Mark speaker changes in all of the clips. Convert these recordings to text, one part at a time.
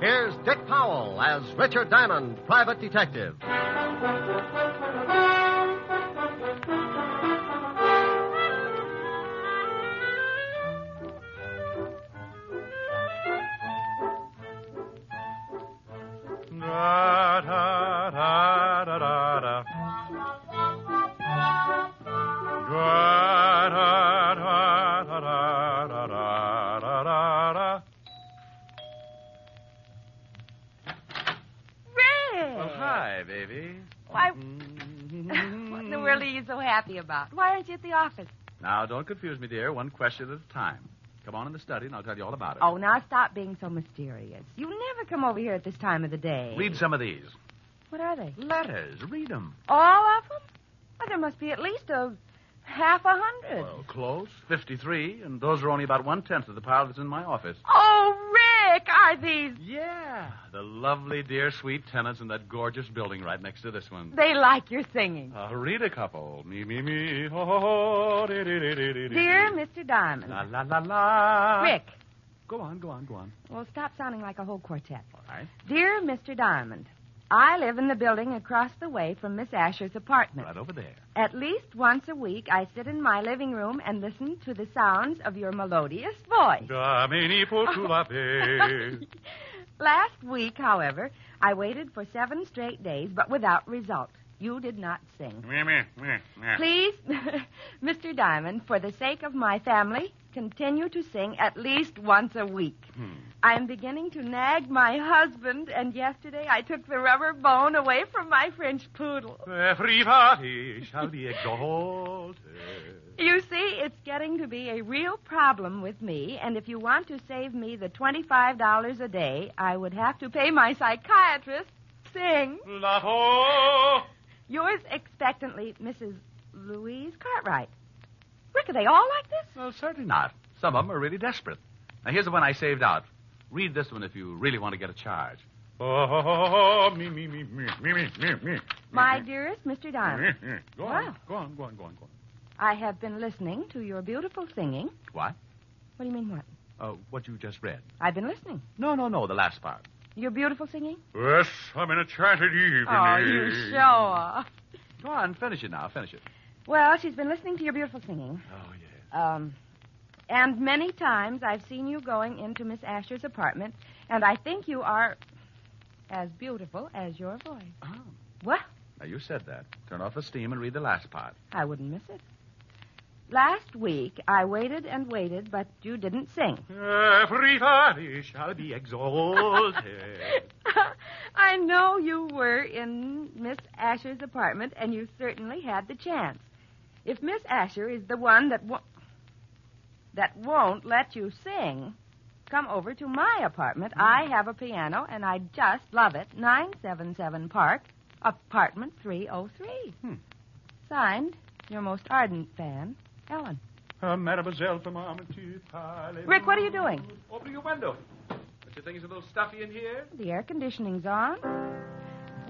Speaker 1: Here's Dick Powell as Richard Diamond, private detective.
Speaker 2: Da, da, da, da, da, da. Da, da, da, da, da, da, da, da, da, da.
Speaker 3: Ray!
Speaker 2: Well, Oh, hi, baby.
Speaker 3: Why, what in the world are you so happy about? Why aren't you at the office?
Speaker 2: Now, don't confuse me, dear. One question at a time. Come on in the study, and I'll tell you all about it.
Speaker 3: Oh, now stop being so mysterious. You never come over here at this time of the day.
Speaker 2: Read some of these.
Speaker 3: What are they?
Speaker 2: Letters. Read them.
Speaker 3: All of them? Well, there must be at least a half a hundred.
Speaker 2: Well, close. 53, and those are only about one tenth of the pile that's in my office.
Speaker 3: Oh, Rick, are these?
Speaker 2: Yeah, the lovely, dear, sweet tenants in that gorgeous building right next to this one.
Speaker 3: They like your singing.
Speaker 2: Uh, read a couple. Me, me, me. Ho, ho, ho. Dee, dee, dee, dee, dee, dee.
Speaker 3: Dear Mr. Diamond.
Speaker 2: La, la, la, la.
Speaker 3: Rick.
Speaker 2: Go on, go on, go on.
Speaker 3: Well, stop sounding like a whole quartet.
Speaker 2: All right.
Speaker 3: Dear Mr. Diamond, I live in the building across the way from Miss Asher's apartment.
Speaker 2: Right over there.
Speaker 3: At least once a week, I sit in my living room and listen to the sounds of your melodious voice.
Speaker 2: Domini potulape.
Speaker 3: Last week, however, I waited for seven straight days, but without result. You did not sing.
Speaker 2: Me, me, me, me.
Speaker 3: Please, Mr. Diamond, for the sake of my family, continue to sing at least once a week. I'm beginning to nag my husband, and yesterday I took the rubber bone away from my French poodle.
Speaker 2: The privati shall be exalted.
Speaker 3: You see, it's getting to be a real problem with me, and if you want to save me the $25 a day, I would have to pay my psychiatrist. Sing.
Speaker 2: La ho.
Speaker 3: Yours expectantly, Mrs. Louise Cartwright. Rick, are they all like this?
Speaker 2: Well, certainly not. Some of them are really desperate. Now, here's the one I saved out. Read this one if you really want to get a charge. Oh, me, me, me, me, me, me, me, me.
Speaker 3: My
Speaker 2: Mm-hmm.
Speaker 3: dearest Mr. Diamond,
Speaker 2: Go
Speaker 3: Wow.
Speaker 2: on, go on, go on, go on, go on.
Speaker 3: I have been listening to your beautiful singing.
Speaker 2: What?
Speaker 3: What do you mean, what?
Speaker 2: Uh, what you just read.
Speaker 3: I've been listening.
Speaker 2: No, no, no, the last part.
Speaker 3: Your beautiful singing?
Speaker 2: Yes, I'm in a enchanted evening.
Speaker 3: Oh, you show off.
Speaker 2: Go on, finish it now, finish it.
Speaker 3: Well, she's been listening to your beautiful singing.
Speaker 2: Oh, yes.
Speaker 3: Um, and many times I've seen you going into Miss Asher's apartment, and I think you are as beautiful as your voice.
Speaker 2: Oh.
Speaker 3: What?
Speaker 2: Now, you said that. Turn off the steam and read the last part.
Speaker 3: I wouldn't miss it. Last week I waited and waited, but you didn't sing.
Speaker 2: Everybody shall be exalted.
Speaker 3: I know you were in Miss Asher's apartment, and you certainly had the chance. If Miss Asher is the one that wo- that won't let you sing, come over to my apartment. I have a piano, and I just love it. Nine seven seven Park, apartment three oh three.
Speaker 2: Hmm.
Speaker 3: Signed, your most ardent fan, Ellen.
Speaker 2: Uh, Mademoiselle from Armitage Parley.
Speaker 3: Rick, what are you doing?
Speaker 2: Open your window. Don't you think it's a little stuffy in here?
Speaker 3: The air conditioning's on.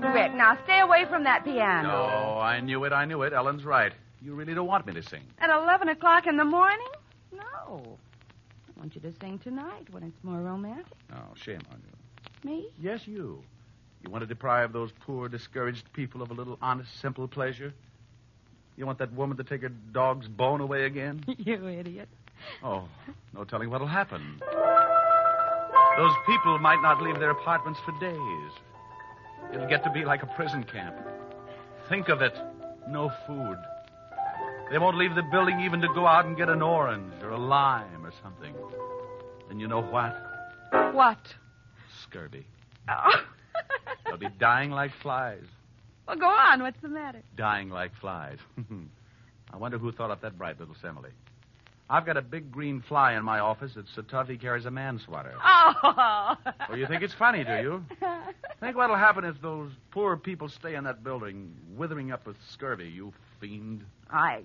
Speaker 3: Rick, now stay away from that piano.
Speaker 2: No, I knew it, I knew it. Ellen's right. You really don't want me to sing.
Speaker 3: At 11 o'clock in the morning? No. I want you to sing tonight when it's more romantic.
Speaker 2: Oh, shame on you.
Speaker 3: Me?
Speaker 2: Yes, you. You want to deprive those poor, discouraged people of a little honest, simple pleasure? You want that woman to take her dog's bone away again?
Speaker 3: you idiot.
Speaker 2: Oh, no telling what'll happen. Those people might not leave their apartments for days. It'll get to be like a prison camp. Think of it no food. They won't leave the building even to go out and get an orange or a lime or something. And you know what?
Speaker 3: What?
Speaker 2: Scurvy.
Speaker 3: Oh.
Speaker 2: They'll be dying like flies.
Speaker 3: well, go on. What's the matter?
Speaker 2: Dying like flies. I wonder who thought up that bright little simile. I've got a big green fly in my office that's so tough he carries a man swatter.
Speaker 3: Oh.
Speaker 2: Well, you think it's funny, do you? Think what'll happen if those poor people stay in that building, withering up with scurvy, you fiend.
Speaker 3: I,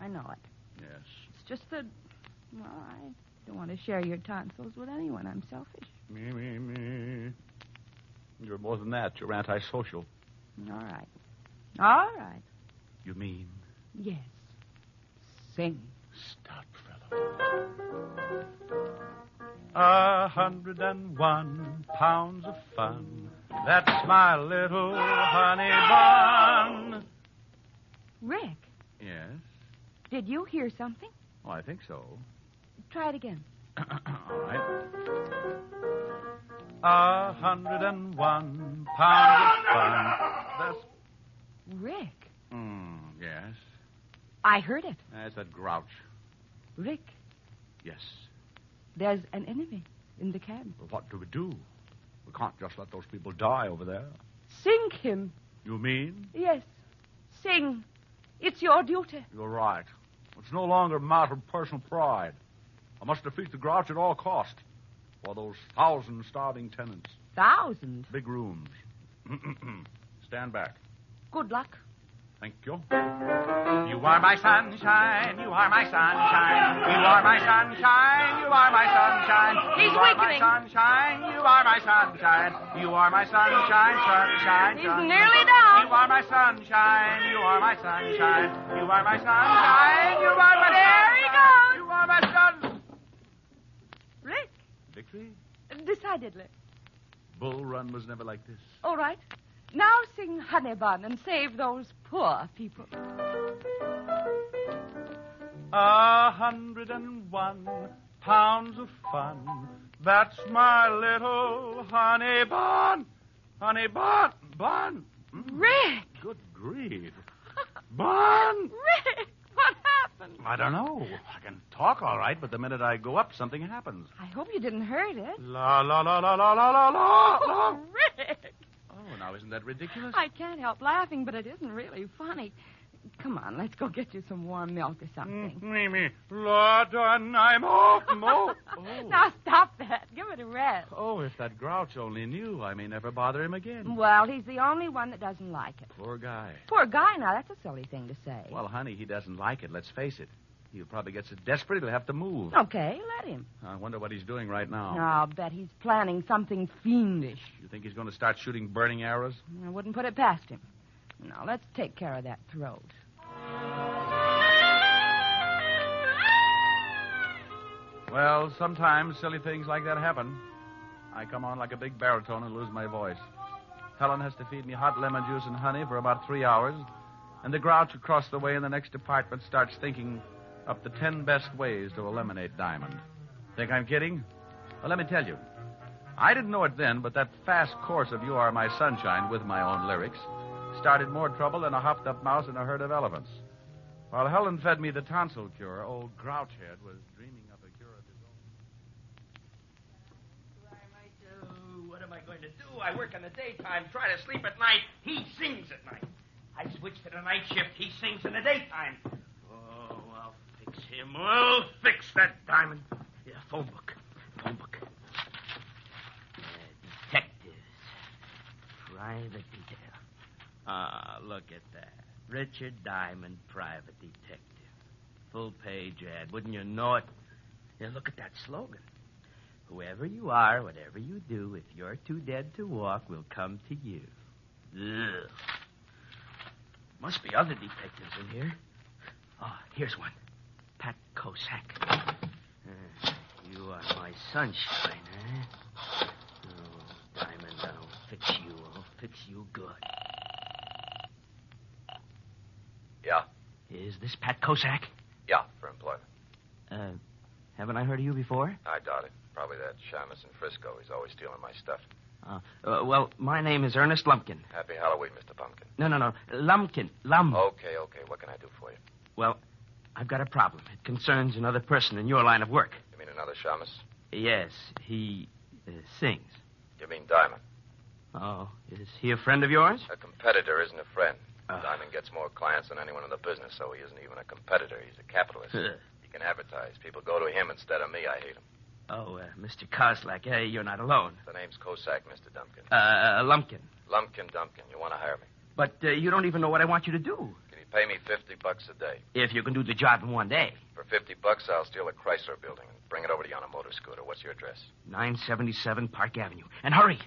Speaker 3: I know it.
Speaker 2: Yes.
Speaker 3: It's just that, well, I don't want to share your tonsils with anyone. I'm selfish.
Speaker 2: Me, me, me. You're more than that. You're antisocial.
Speaker 3: All right. All right.
Speaker 2: You mean?
Speaker 3: Yes. Sing.
Speaker 2: Stop, fellow. A hundred and one pounds of fun. That's my little honey bun.
Speaker 3: Rick,
Speaker 2: Yes?
Speaker 3: did you hear something?
Speaker 2: Oh, I think so.
Speaker 3: Try it again.
Speaker 2: All right. A hundred and one pounds of fun. That's...
Speaker 3: Rick,
Speaker 2: Mm, yes.
Speaker 3: I heard it.
Speaker 2: That's that grouch.
Speaker 3: Rick,
Speaker 2: Yes.
Speaker 3: there's an enemy in the cabin.
Speaker 2: Well, what do we do? We can't just let those people die over there.
Speaker 3: Sing him.
Speaker 2: You mean?
Speaker 3: Yes. Sing. It's your duty.
Speaker 2: You're right. It's no longer a matter of personal pride. I must defeat the grouch at all cost. For those thousand starving tenants,
Speaker 3: Thousands.
Speaker 2: big rooms. Stand back.
Speaker 3: Good luck.
Speaker 2: Thank you. You are my sunshine. You are my sunshine. You are my sunshine. You are my sunshine.
Speaker 3: He's
Speaker 2: you are
Speaker 3: weakening.
Speaker 2: my sunshine. You are my sunshine. You are my sunshine. Sunshine.
Speaker 3: He's
Speaker 2: sunshine.
Speaker 3: nearly down.
Speaker 2: You are my sunshine. You are my sunshine. You are my sunshine. You are my
Speaker 3: There he
Speaker 2: sunshine.
Speaker 3: goes.
Speaker 2: You are my sun.
Speaker 3: Rick,
Speaker 2: Victory.
Speaker 3: decidedly.
Speaker 2: Bull Run was never like this.
Speaker 3: All right. Now sing Honey Bun and save those poor people.
Speaker 2: A hundred and one pounds of fun. That's my little honey bun. Honey bun. Bun. Mm,
Speaker 3: Rick!
Speaker 2: good grief. Bun.
Speaker 3: Rick! What happened?
Speaker 2: I don't know. I can talk all right, but the minute I go up, something happens.
Speaker 3: I hope you didn't hurt it.
Speaker 2: La la la la la la la la. la.
Speaker 3: Rick!
Speaker 2: Oh, now isn't that ridiculous?
Speaker 3: I can't help laughing, but it isn't really funny. Come on, let's go get you some warm milk or something.
Speaker 2: Me me. La dun I'm off mo.
Speaker 3: Mm-hmm.
Speaker 2: Oh.
Speaker 3: Now stop that. Give it a rest.
Speaker 2: oh, if that grouch only knew, I may never bother him again.
Speaker 3: Mm-hmm. Well, he's the only one that doesn't like it.
Speaker 2: Poor guy.
Speaker 3: Poor guy, now that's a silly thing to say.
Speaker 2: Well, honey, he doesn't like it, let's face it. He'll probably get so desperate he'll have to move.
Speaker 3: Okay, let him.
Speaker 2: I wonder what he's doing right now.
Speaker 3: I'll bet he's planning something fiendish.
Speaker 2: You think he's going to start shooting burning arrows?
Speaker 3: I wouldn't put it past him. Now, let's take care of that throat.
Speaker 2: Well, sometimes silly things like that happen. I come on like a big baritone and lose my voice. Helen has to feed me hot lemon juice and honey for about three hours, and the grouch across the way in the next apartment starts thinking up the ten best ways to eliminate Diamond. Think I'm kidding? Well, let me tell you. I didn't know it then, but that fast course of You Are My Sunshine with my own lyrics started more trouble than a hopped up mouse in a herd of elephants. While Helen fed me the tonsil cure, old Grouchhead was dreaming up a cure of his own.
Speaker 4: What am I do? What am I going to do? I work in the daytime, try to sleep at night. He sings at night. I switch to the night shift. He sings in the daytime. Oh, I'll fix him. I'll fix that diamond. Yeah, phone book. Phone book. Uh, detectives. Private detail. Ah, look at that. Richard Diamond, private detective. Full page ad. Wouldn't you know it? Yeah, look at that slogan. Whoever you are, whatever you do, if you're too dead to walk, we'll come to you. Ugh. Must be other detectives in here. Oh, here's one. Pat Kosak. Uh, you are my sunshine, huh? Is this Pat Kosak?
Speaker 5: Yeah, for employment.
Speaker 4: Uh, haven't I heard of you before?
Speaker 5: I doubt it. Probably that Shamus in Frisco. He's always stealing my stuff.
Speaker 4: Uh, uh, well, my name is Ernest Lumpkin.
Speaker 5: Happy Halloween, Mr. Pumpkin.
Speaker 4: No, no, no. Lumpkin. Lum.
Speaker 5: Okay, okay. What can I do for you?
Speaker 4: Well, I've got a problem. It concerns another person in your line of work.
Speaker 5: You mean another Shamus?
Speaker 4: Yes, he uh, sings.
Speaker 5: You mean Diamond?
Speaker 4: Oh, is he a friend of yours?
Speaker 5: A competitor isn't a friend.
Speaker 4: Ah.
Speaker 5: Diamond gets more clients than anyone in the business, so he isn't even a competitor. He's a capitalist.
Speaker 4: Huh.
Speaker 5: he can advertise. People go to him instead of me. I hate him.
Speaker 4: Oh, uh, Mr. Koslak, hey, you're not alone.
Speaker 5: The name's Kosak, Mr. Dumpkin.
Speaker 4: Uh, Lumpkin.
Speaker 5: Lumpkin Dumpkin. You want to hire me?
Speaker 4: But uh, you don't even know what I want you to do.
Speaker 5: Can you pay me 50 bucks a day?
Speaker 4: If you can do the job in one day.
Speaker 5: For 50 bucks, I'll steal a Chrysler building and bring it over to you on a motor scooter. What's your address?
Speaker 4: 977 Park Avenue. And hurry.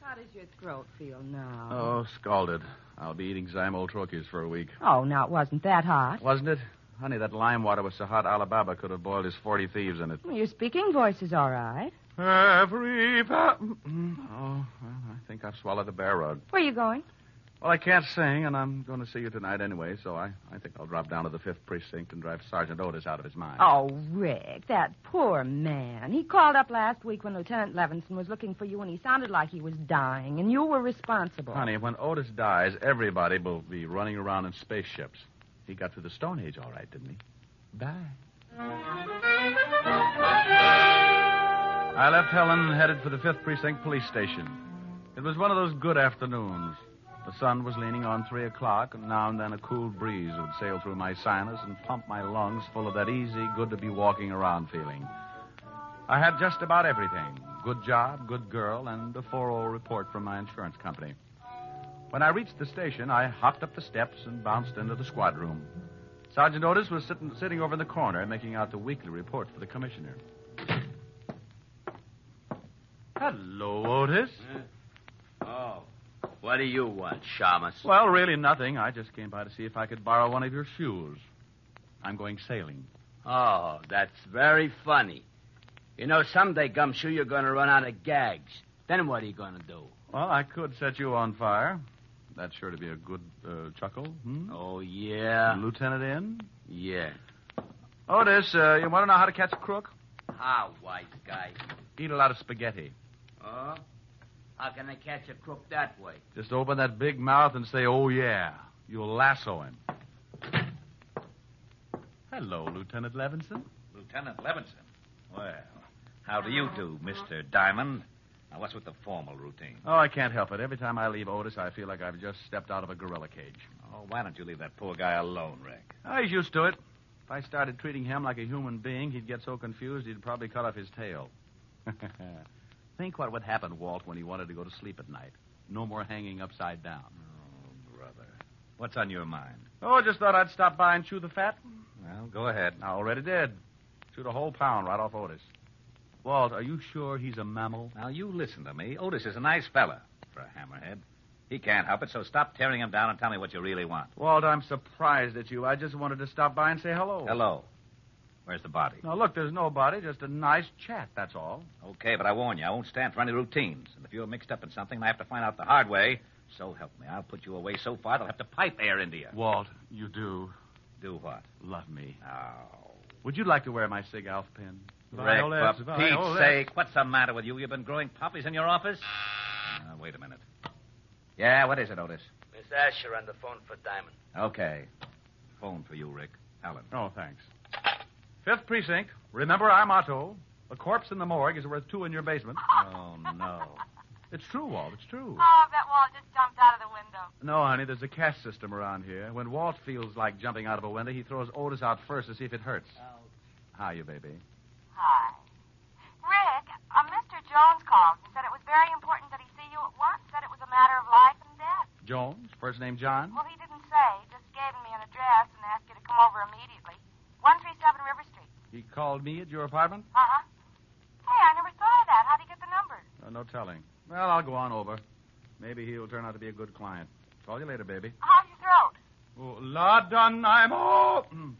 Speaker 3: How does your throat feel now?
Speaker 2: Oh, scalded. I'll be eating Zymol Trokies for a week.
Speaker 3: Oh, now it wasn't that hot.
Speaker 2: Wasn't it? Honey, that lime water was so hot Alibaba could have boiled his 40 thieves in it.
Speaker 3: Well, your speaking voice is all right.
Speaker 2: Every pa- Oh, well, I think I've swallowed the bear rug.
Speaker 3: Where are you going?
Speaker 2: Well, I can't sing, and I'm going to see you tonight anyway, so I, I think I'll drop down to the 5th Precinct and drive Sergeant Otis out of his mind.
Speaker 3: Oh, Rick, that poor man. He called up last week when Lieutenant Levinson was looking for you, and he sounded like he was dying, and you were responsible.
Speaker 2: Honey, when Otis dies, everybody will be running around in spaceships. He got through the Stone Age all right, didn't he? Bye. I left Helen and headed for the 5th Precinct Police Station. It was one of those good afternoons. The sun was leaning on 3 o'clock, and now and then a cool breeze would sail through my sinus and pump my lungs full of that easy, good to be walking around feeling. I had just about everything good job, good girl, and a 4 report from my insurance company. When I reached the station, I hopped up the steps and bounced into the squad room. Sergeant Otis was sitting, sitting over in the corner making out the weekly report for the commissioner. Hello, Otis.
Speaker 6: Oh. What do you want, Shamus?
Speaker 2: Well, really nothing. I just came by to see if I could borrow one of your shoes. I'm going sailing.
Speaker 6: Oh, that's very funny. You know, someday, Gumshoe, you're going to run out of gags. Then what are you going to do?
Speaker 2: Well, I could set you on fire. That's sure to be a good uh, chuckle. Hmm?
Speaker 6: Oh, yeah.
Speaker 2: Lieutenant in?
Speaker 6: Yeah.
Speaker 2: Otis, uh, you want to know how to catch a crook?
Speaker 6: How, wise Ah, guy?
Speaker 2: Eat a lot of spaghetti.
Speaker 6: Oh? How can I catch a crook that way?
Speaker 2: Just open that big mouth and say, oh, yeah. You'll lasso him. Hello, Lieutenant Levinson.
Speaker 7: Lieutenant Levinson. Well, how do you do, Mr. Diamond? Now, what's with the formal routine?
Speaker 2: Oh, I can't help it. Every time I leave Otis, I feel like I've just stepped out of a gorilla cage.
Speaker 7: Oh, why don't you leave that poor guy alone, Rick?
Speaker 2: Oh, he's used to it. If I started treating him like a human being, he'd get so confused he'd probably cut off his tail. Think what would happen, Walt, when he wanted to go to sleep at night. No more hanging upside down.
Speaker 7: Oh, brother. What's on your mind?
Speaker 2: Oh, I just thought I'd stop by and chew the fat.
Speaker 7: Well, go ahead.
Speaker 2: I already did. Chewed a whole pound right off Otis. Walt, are you sure he's a mammal?
Speaker 7: Now, you listen to me. Otis is a nice fella for a hammerhead. He can't help it, so stop tearing him down and tell me what you really want.
Speaker 2: Walt, I'm surprised at you. I just wanted to stop by and say hello.
Speaker 7: Hello. Where's the body?
Speaker 2: Now, look, there's nobody, just a nice chat, that's all.
Speaker 7: Okay, but I warn you, I won't stand for any routines. And if you're mixed up in something and I have to find out the hard way, so help me. I'll put you away so far they'll have to pipe air into you.
Speaker 2: Walt, you do
Speaker 7: Do what?
Speaker 2: love me.
Speaker 7: Oh.
Speaker 2: Would you like to wear my Sig Alf pin?
Speaker 7: Rick,
Speaker 2: Violettes,
Speaker 7: for Pete's
Speaker 2: violettes.
Speaker 7: sake, what's the matter with you? You've been growing poppies in your office? Uh, wait a minute. Yeah, what is it, Otis?
Speaker 6: Miss Asher on the phone for Diamond.
Speaker 7: Okay. Phone for you, Rick. Helen.
Speaker 2: Oh, thanks. Fifth precinct. Remember our motto: a corpse in the morgue is worth two in your basement.
Speaker 7: Oh, no.
Speaker 2: It's true, Walt. It's true.
Speaker 8: Oh, that wall just jumped out of the window.
Speaker 2: No, honey, there's a caste system around here. When Walt feels like jumping out of a window, he throws Otis out first to see if it hurts. How you, baby?
Speaker 8: Hi. Rick, uh, Mr. Jones called and said it was very important that he see you at once, said it was a matter of life and death.
Speaker 2: Jones, first name John.
Speaker 8: Well, he didn't say, just gave me an address and asked you to come over immediately. 137 River Street.
Speaker 2: He called me at your apartment.
Speaker 8: Uh-huh. Hey, I never thought of that. How'd he get the number?
Speaker 2: Oh, no telling. Well, I'll go on over. Maybe he'll turn out to be a good client. Call you later, baby.
Speaker 8: How's your throat?
Speaker 2: Oh, la done, I'm all.
Speaker 8: Goodbye,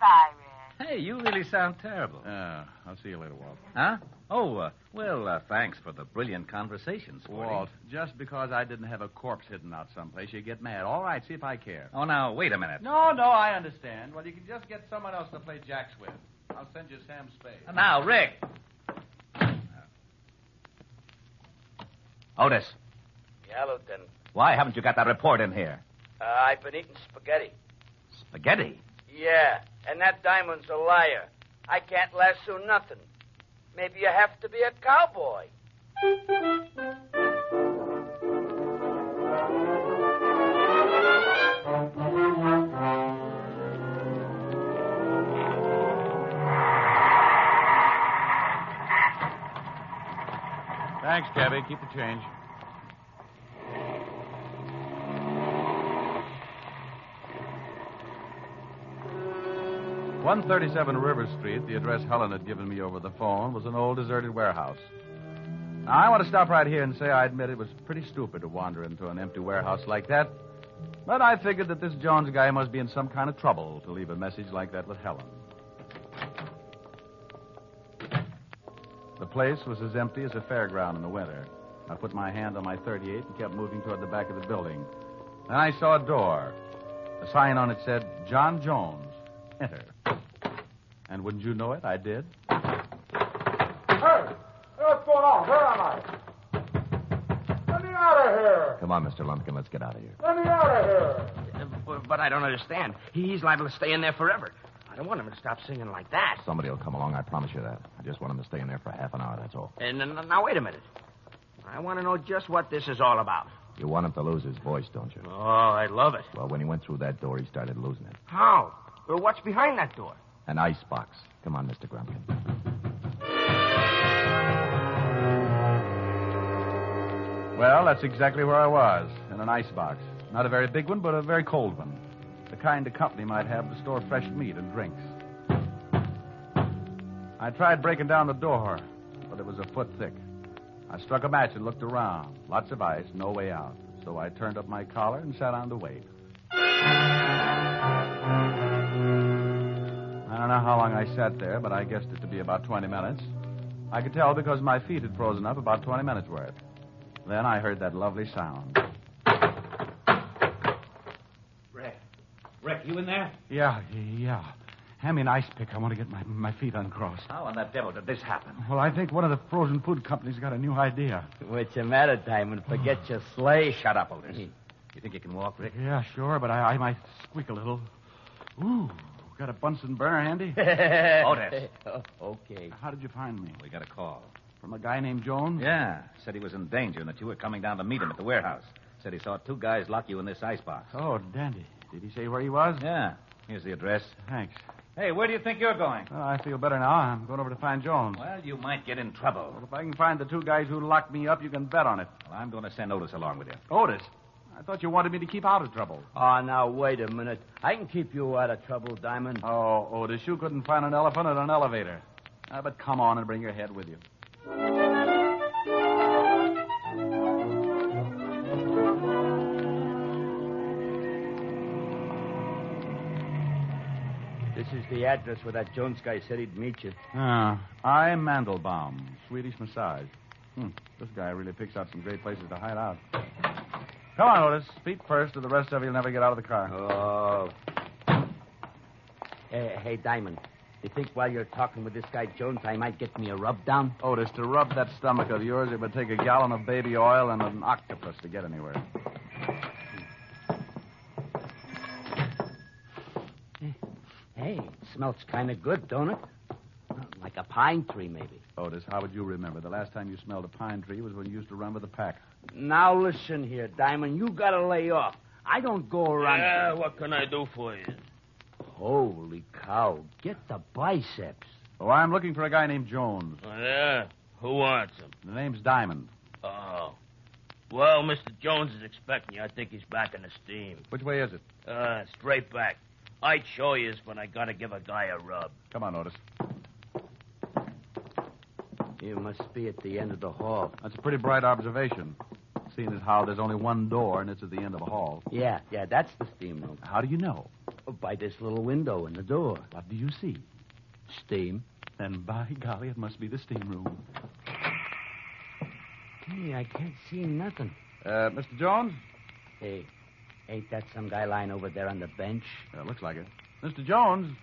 Speaker 8: Rick.
Speaker 7: Hey, you really sound terrible.
Speaker 2: Yeah, Uh, I'll see you later, Walt.
Speaker 7: Huh? Oh, uh, well, uh, thanks for the brilliant conversation, Sporty.
Speaker 2: Walt, just because I didn't have a corpse hidden out someplace, you get mad. All right, see if I care.
Speaker 7: Oh, now, wait a minute.
Speaker 2: No, no, I understand. Well, you can just get someone else to play jacks with. I'll send you Sam Spade.
Speaker 7: Now, Rick. Otis,
Speaker 9: Yeah, Lieutenant.
Speaker 7: why haven't you got that report in here?
Speaker 9: Uh, I've been eating spaghetti.
Speaker 7: Spaghetti.
Speaker 9: Yeah, and that diamond's a liar. I can't lasso nothing. Maybe you have to be a cowboy.
Speaker 2: Thanks, Cabby. Keep the change. One thirty-seven River Street, the address Helen had given me over the phone, was an old deserted warehouse. Now, I want to stop right here and say I admit it was pretty stupid to wander into an empty warehouse like that. But I figured that this Jones guy must be in some kind of trouble to leave a message like that with Helen. The place was as empty as a fairground in the winter. I put my hand on my 38 and kept moving toward the back of the building. Then I saw a door. A sign on it said, John Jones. Enter. And wouldn't you know it, I did.
Speaker 10: Hey, what's going on? Where am I? Let me out of here!
Speaker 11: Come on, Mr. Lumpkin, let's get out of here.
Speaker 10: Let me out of here!
Speaker 4: Uh, But, but I don't understand. He- He's liable to stay in there forever. I don't want him to stop singing like that.
Speaker 11: Somebody will come along, I promise you that. I just want him to stay in there for half an hour, that's all.
Speaker 4: And and- now, wait a minute. I want to know just what this is all about.
Speaker 11: You want him to lose his voice, don't you? Oh,
Speaker 4: I love it.
Speaker 11: Well, when he went through that door, he started losing it.
Speaker 4: How? Or what's behind that door?
Speaker 11: An ice box. Come on, Mr. Grumpkin.
Speaker 2: Well, that's exactly where I was, in an icebox. Not a very big one, but a very cold one. The kind a company might have to store fresh meat and drinks. I tried breaking down the door, but it was a foot thick. I struck a match and looked around. Lots of ice, no way out. So I turned up my collar and sat down to wait. I don't know how long I sat there, but I guessed it to be about 20 minutes. I could tell because my feet had frozen up about 20 minutes worth. Then I heard that lovely sound.
Speaker 7: Rick. Rick, you in there?
Speaker 2: Yeah, yeah. Hand me an ice pick. I want to get my, my feet uncrossed.
Speaker 7: How on the devil did this happen?
Speaker 2: Well, I think one of the frozen food companies got a new idea.
Speaker 6: What's the matter, Diamond? Forget your sleigh.
Speaker 7: Shut up, Otis. You think you can walk, Rick?
Speaker 2: Yeah, sure, but I, I might squeak a little. Ooh, got a Bunsen burner handy?
Speaker 7: Otis.
Speaker 6: okay.
Speaker 2: How did you find me?
Speaker 7: We got a call.
Speaker 2: From a guy named Jones?
Speaker 7: Yeah. Said he was in danger and that you were coming down to meet him at the warehouse. Said he saw two guys lock you in this icebox.
Speaker 2: Oh, dandy. Did he say where he was?
Speaker 7: Yeah. Here's the address.
Speaker 2: Thanks.
Speaker 7: Hey, where do you think you're going?
Speaker 2: Well, I feel better now. I'm going over to find Jones.
Speaker 7: Well, you might get in trouble.
Speaker 2: Well, if I can find the two guys who locked me up, you can bet on it.
Speaker 7: Well, I'm going to send Otis along with you.
Speaker 2: Otis, I thought you wanted me to keep out of trouble.
Speaker 6: Oh, now, wait a minute. I can keep you out of trouble, Diamond.
Speaker 2: Oh, Otis, you couldn't find an elephant in an elevator. Ah, but come on and bring your head with you.
Speaker 6: This is the address where that Jones guy said he'd meet you.
Speaker 2: Ah, I Mandelbaum, Swedish massage. Hmm, this guy really picks out some great places to hide out. Come on, Otis. Feet first, or the rest of you'll never get out of the car.
Speaker 6: Oh. Hey, hey, Diamond. You think while you're talking with this guy Jones, I might get me a rub down?
Speaker 2: Otis, to rub that stomach of yours, it would take a gallon of baby oil and an octopus to get anywhere.
Speaker 6: Hey, it smells kind of good, don't it? Like a pine tree, maybe.
Speaker 2: Otis, how would you remember? The last time you smelled a pine tree was when you used to run with the pack.
Speaker 6: Now listen here, Diamond. You gotta lay off. I don't go around.
Speaker 4: Yeah, what can I do for you?
Speaker 6: Holy cow! Get the biceps.
Speaker 2: Oh, I'm looking for a guy named Jones.
Speaker 4: yeah? Who wants him?
Speaker 2: The name's Diamond.
Speaker 4: Oh. Well, Mr. Jones is expecting you. I think he's back in the steam.
Speaker 2: Which way is it?
Speaker 4: Uh, straight back. I'd show you when I gotta give a guy a rub.
Speaker 2: Come on, Otis.
Speaker 6: You must be at the end of the hall.
Speaker 2: That's a pretty bright observation, seeing as how there's only one door and it's at the end of the hall.
Speaker 6: Yeah, yeah, that's the steam room.
Speaker 2: How do you know?
Speaker 6: By this little window in the door.
Speaker 2: What do you see?
Speaker 6: Steam.
Speaker 2: Then by golly, it must be the steam room.
Speaker 6: Gee, I can't see nothing.
Speaker 2: Uh, Mr. Jones?
Speaker 6: Hey, ain't that some guy lying over there on the bench?
Speaker 2: Uh, looks like it. Mr. Jones?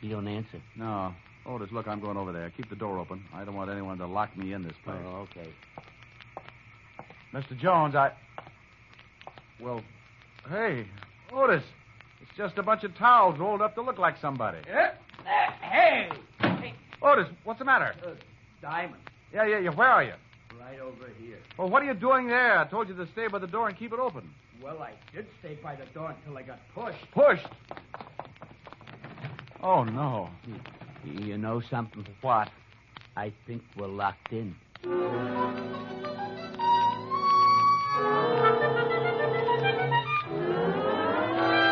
Speaker 6: He don't answer.
Speaker 2: No. Otis, look, I'm going over there. Keep the door open. I don't want anyone to lock me in this place.
Speaker 6: Oh, okay.
Speaker 2: Mr. Jones, I. Well, hey, Otis. It's just a bunch of towels rolled up to look like somebody.
Speaker 4: Yeah? Uh, hey! Hey,
Speaker 2: Otis, what's the matter?
Speaker 4: uh, Diamond,
Speaker 2: Yeah, yeah, yeah. Where are you?
Speaker 4: right over here.
Speaker 2: Well, what are you doing there? I told you to stay by the door and keep it open.
Speaker 4: Well, I did stay by the door until I got pushed.
Speaker 2: Pushed. Oh, no.
Speaker 6: You know something? What? I think we're locked in.
Speaker 2: oh,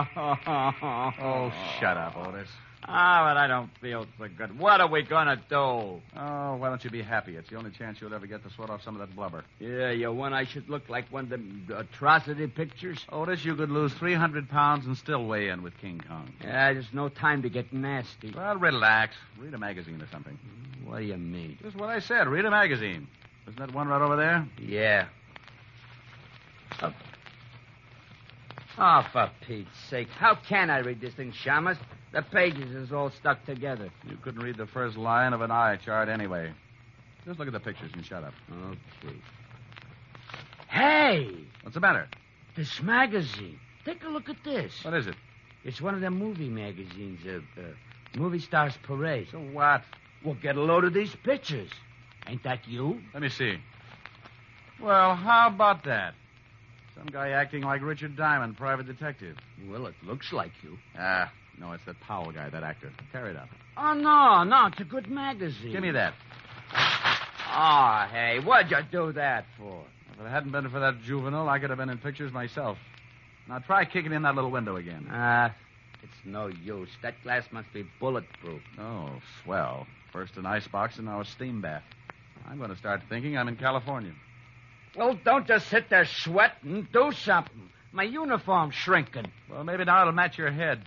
Speaker 6: oh,
Speaker 2: shut up, Otis.
Speaker 12: Ah, but I don't feel so good. What are we gonna do?
Speaker 2: Oh, why don't you be happy? It's the only chance you'll ever get to sweat off some of that blubber.
Speaker 6: Yeah, you want I should look like one of them atrocity pictures?
Speaker 2: Otis, you could lose 300 pounds and still weigh in with King Kong.
Speaker 6: Yeah, there's no time to get nasty.
Speaker 2: Well, relax. Read a magazine or something.
Speaker 6: What do you mean?
Speaker 2: Just what I said. Read a magazine. Isn't that one right over there?
Speaker 6: Yeah. Oh. Oh, for Pete's sake. How can I read this thing, Shamus? The pages is all stuck together.
Speaker 2: You couldn't read the first line of an eye chart anyway. Just look at the pictures and shut up.
Speaker 6: Okay. Hey!
Speaker 2: What's the matter?
Speaker 6: This magazine. Take a look at this.
Speaker 2: What is it?
Speaker 6: It's one of them movie magazines, uh, uh, Movie Stars Parade.
Speaker 2: So what?
Speaker 6: Well, get a load of these pictures. Ain't that you?
Speaker 2: Let me see. Well, how about that? Some guy acting like Richard Diamond, private detective.
Speaker 6: Well, it looks like you.
Speaker 2: Ah, no, it's that Powell guy, that actor. Carry it up.
Speaker 6: Oh, no, no, it's a good magazine.
Speaker 2: Give me that. Ah,
Speaker 6: Oh, hey, what'd you do that for?
Speaker 2: If it hadn't been for that juvenile, I could have been in pictures myself. Now try kicking in that little window again.
Speaker 6: Ah, it's no use. That glass must be bulletproof.
Speaker 2: Oh, swell. First an icebox and now a steam bath. I'm going to start thinking I'm in California.
Speaker 6: Well, Oh, don't just sit there sweating. Do something. My uniform's shrinking.
Speaker 2: Well, maybe now it'll match your head.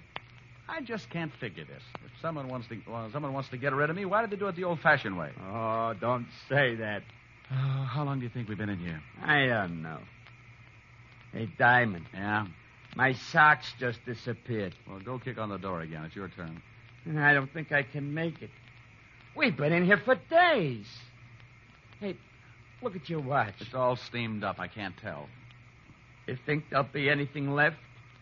Speaker 2: I just can't figure this. If someone wants to, well, someone wants to get rid of me, why did they do it the old-fashioned way?
Speaker 6: Oh, don't say that.
Speaker 2: Oh, how long do you think we've been in here?
Speaker 6: I don't know. Hey, Diamond,
Speaker 2: Yeah.
Speaker 6: my socks just disappeared.
Speaker 2: Well, go kick on the door again. It's your turn.
Speaker 6: And I don't think I can make it. We've been in here for days. Hey, look at your watch.
Speaker 2: It's all steamed up. I can't tell.
Speaker 6: You think there'll be anything left?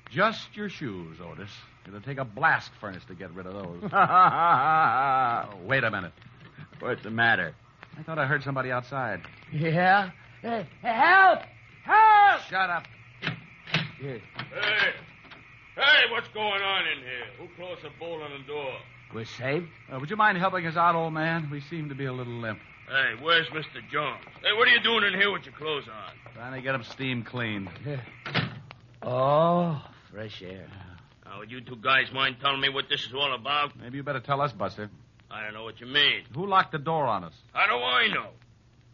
Speaker 2: Just your shoes, Otis. It'll take a blast furnace to get rid of those.
Speaker 6: What's
Speaker 2: oh, wait a minute.
Speaker 6: the matter?
Speaker 2: I thought I heard somebody outside.
Speaker 6: Yeah? Hey, help! Help!
Speaker 2: Shut up.
Speaker 6: Here,
Speaker 13: Hey, hey, what's going on in here? Who closed the bolt on the door?
Speaker 6: we're saved?
Speaker 2: Uh, would you mind helping us out, old man? We seem to be a little limp.
Speaker 13: Hey, where's Mr. Jones? Hey, what are you doing in here with your clothes on?
Speaker 2: Trying to get them steam cleaned.
Speaker 6: Oh, fresh air.
Speaker 13: Now, would you two guys mind telling me what this is all about?
Speaker 2: Maybe you better tell us, Buster.
Speaker 13: I don't know what you mean.
Speaker 2: Who locked the door on us?
Speaker 13: How do I know?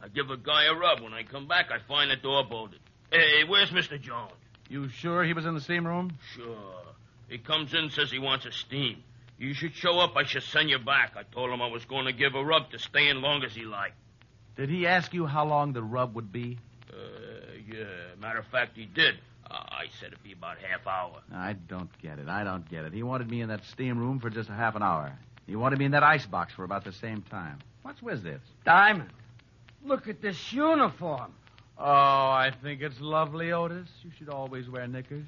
Speaker 13: I give a guy a rub. When I come back, I find the door bolted. Hey, where's Mr. Jones?
Speaker 2: You sure he was in the steam room?
Speaker 13: Sure. He comes in and says he wants a steam. You should show up. I should send you back. I told him I was going to give a rub to stay in long as he liked.
Speaker 2: Did he ask you how long the rub would be?
Speaker 13: Uh, yeah. Matter of fact, he did. Uh, I said it'd be about half hour.
Speaker 2: I don't get it. I don't get it. He wanted me in that steam room for just a half an hour. He wanted me in that ice box for about the same time. What's with this?
Speaker 6: Diamond, look at this uniform.
Speaker 2: Oh, I think it's lovely, Otis. You should always wear knickers.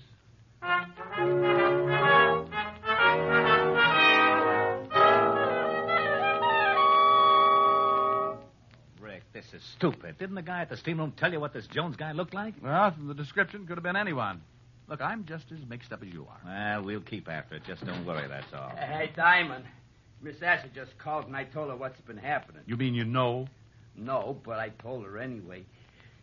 Speaker 7: Rick, this is stupid. Didn't the guy at the steam room tell you what this Jones guy looked like?
Speaker 2: Well, from the description, could have been anyone. Look, I'm just as mixed up as you are.
Speaker 7: Well, we'll keep after it. Just don't worry, that's all.
Speaker 6: Hey, Diamond. Miss Asher just called and I told her what's been happening.
Speaker 2: You mean you know?
Speaker 6: No, but I told her anyway.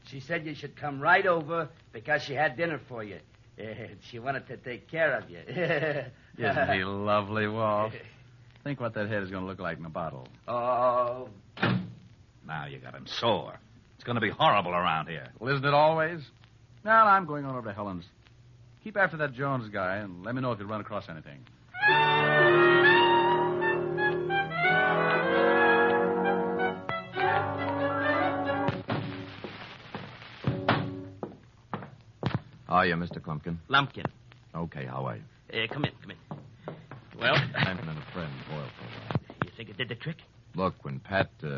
Speaker 6: She said you should come right over because she had dinner for you. And she wanted to take care of you.
Speaker 2: Isn't he lovely, Walt? Think what that head is going to look like in a bottle.
Speaker 6: oh,
Speaker 7: Uh, Now you got him sore. It's going to be horrible around here.
Speaker 2: Well, isn't it always? Now, I'm going on over to Helen's.
Speaker 14: Keep after that Jones guy and let me know if you run across anything.
Speaker 11: How are you, Mr. Clumpkin?
Speaker 4: Lumpkin.
Speaker 11: Okay, how are you?
Speaker 4: Uh, come in, come in. Well,
Speaker 11: I'm in a friend, boil for a while.
Speaker 4: you think it did the trick?
Speaker 11: Look, when Pat, uh,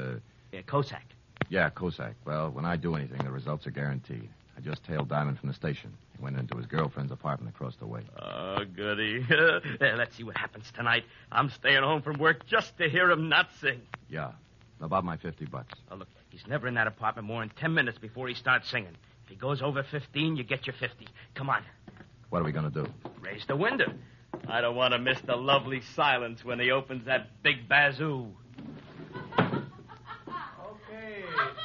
Speaker 4: Uh, Cossack.
Speaker 11: yeah, Cossack, well, when I do anything, the results are guaranteed. I just tailed Diamond from the station. He went into his girlfriend's apartment across the way.
Speaker 6: Uh.
Speaker 4: Oh, goody. Uh, let's see what happens tonight. I'm staying home from work just to hear him not sing.
Speaker 11: Yeah. About my 50 bucks.
Speaker 4: Oh, look, he's never in that apartment more than 10 minutes before he starts singing. If he goes over 15, you get your 50. Come on,
Speaker 11: What are we going to do?
Speaker 4: raise the window. I don't want to miss the lovely silence when he opens that big bazoo.
Speaker 14: Okay,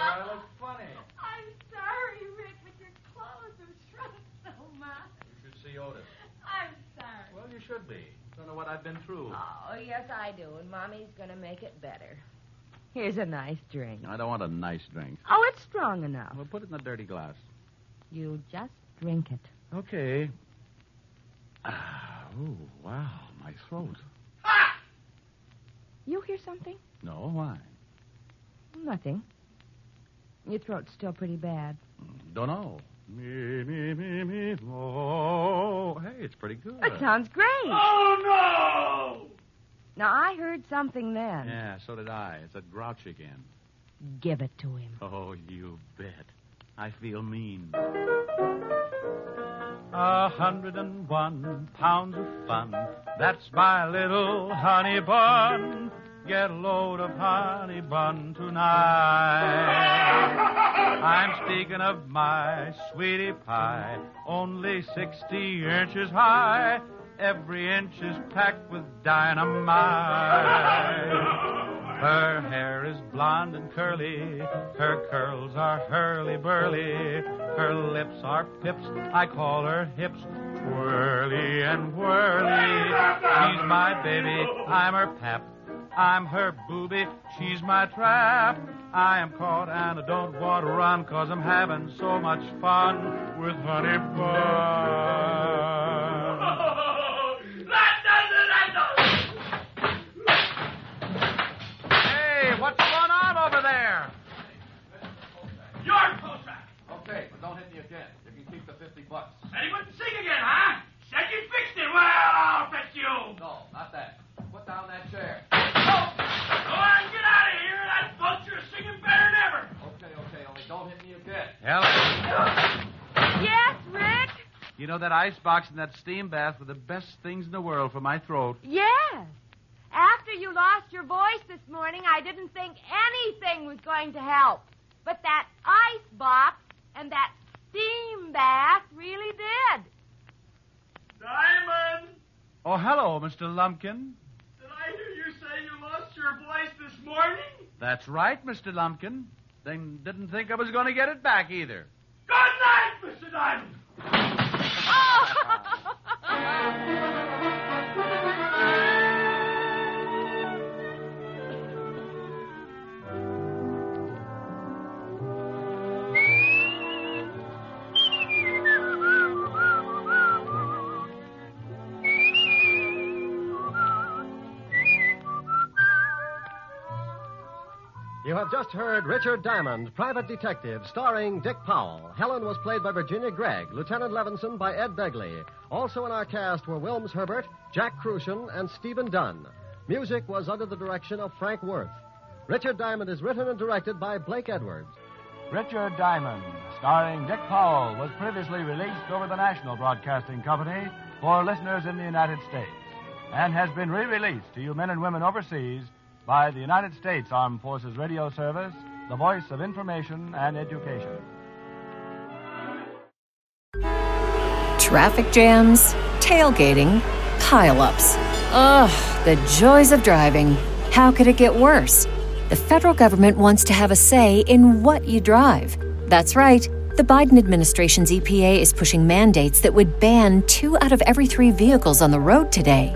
Speaker 14: I look funny.
Speaker 3: I'm sorry, Rick, but your clothes have shrunk so much.
Speaker 14: You should see Otis.
Speaker 3: I'm sorry.
Speaker 14: Well, you should be. Don't know what I've been through.
Speaker 15: Oh, yes, I do, and Mommy's going to make it better. Here's a nice drink.
Speaker 14: I don't want a nice drink.
Speaker 15: Oh, it's strong enough.
Speaker 14: Well, put it in a dirty glass.
Speaker 15: You just drink it.
Speaker 14: Okay. Ah, oh, wow, my throat.
Speaker 15: You hear something?
Speaker 14: No, why?
Speaker 15: Nothing. Your throat's still pretty bad.
Speaker 14: Don't know. Me, me, me, me. Oh, hey, it's pretty good.
Speaker 15: That sounds great.
Speaker 8: Oh, no!
Speaker 15: Now, I heard something then.
Speaker 14: Yeah, so did I. It's that grouch again.
Speaker 15: Give it to him.
Speaker 14: Oh, you bet. I feel mean. A hundred and one pounds of fun. That's my little honey bun. Get a load of honey bun tonight. I'm speaking of my sweetie pie, only 60 inches high. Every inch is packed with dynamite. Her hair is blonde and curly. Her curls are hurly burly. Her lips are pips. I call her hips. Whirly and whirly. She's my baby. I'm her pap. I'm her booby. She's my trap. I am caught and I don't want to run because I'm having so much fun with Honey Bun. Hey, what's going on over there?
Speaker 8: You're Cossack.
Speaker 11: Okay, but don't hit me again. You can keep the 50 bucks.
Speaker 8: Said he wouldn't sing again, huh? Said you fixed it. Well, I'll bet you. Oh,
Speaker 11: No, not that. Put down that chair.
Speaker 8: Go on, get out of here. That vulture is singing better than ever.
Speaker 11: Okay, okay, only don't hit me again.
Speaker 14: Helen.
Speaker 15: Yes, Rick?
Speaker 14: You know that ice box and that steam bath were the best things in the world for my throat.
Speaker 3: Yes. After you lost your voice this morning, I didn't think anything was going to help. But that ice box and that steam bath really did.
Speaker 8: Diamond,
Speaker 14: Oh, hello, Mr. Lumpkin.
Speaker 8: did I hear you say you lost your voice this morning?
Speaker 14: That's right, Mr. Lumpkin. Then didn't think I was going to get it back either.
Speaker 8: Good night, Mr. Diamond.
Speaker 1: You have just heard Richard Diamond, Private Detective, starring Dick Powell. Helen was played by Virginia Gregg, Lieutenant Levinson by Ed Begley. Also in our cast were Wilms Herbert, Jack Crucian, and Stephen Dunn. Music was under the direction of Frank Worth. Richard Diamond is written and directed by Blake Edwards.
Speaker 2: Richard Diamond, starring Dick Powell, was previously released over the National Broadcasting Company for listeners in the United States and has been re released to you men and women overseas by the United States Armed Forces Radio Service, the voice of information and education.
Speaker 16: Traffic jams, tailgating, pileups. Ugh, the joys of driving. How could it get worse? The federal government wants to have a say in what you drive. That's right. The Biden administration's EPA is pushing mandates that would ban two out of every three vehicles on the road today.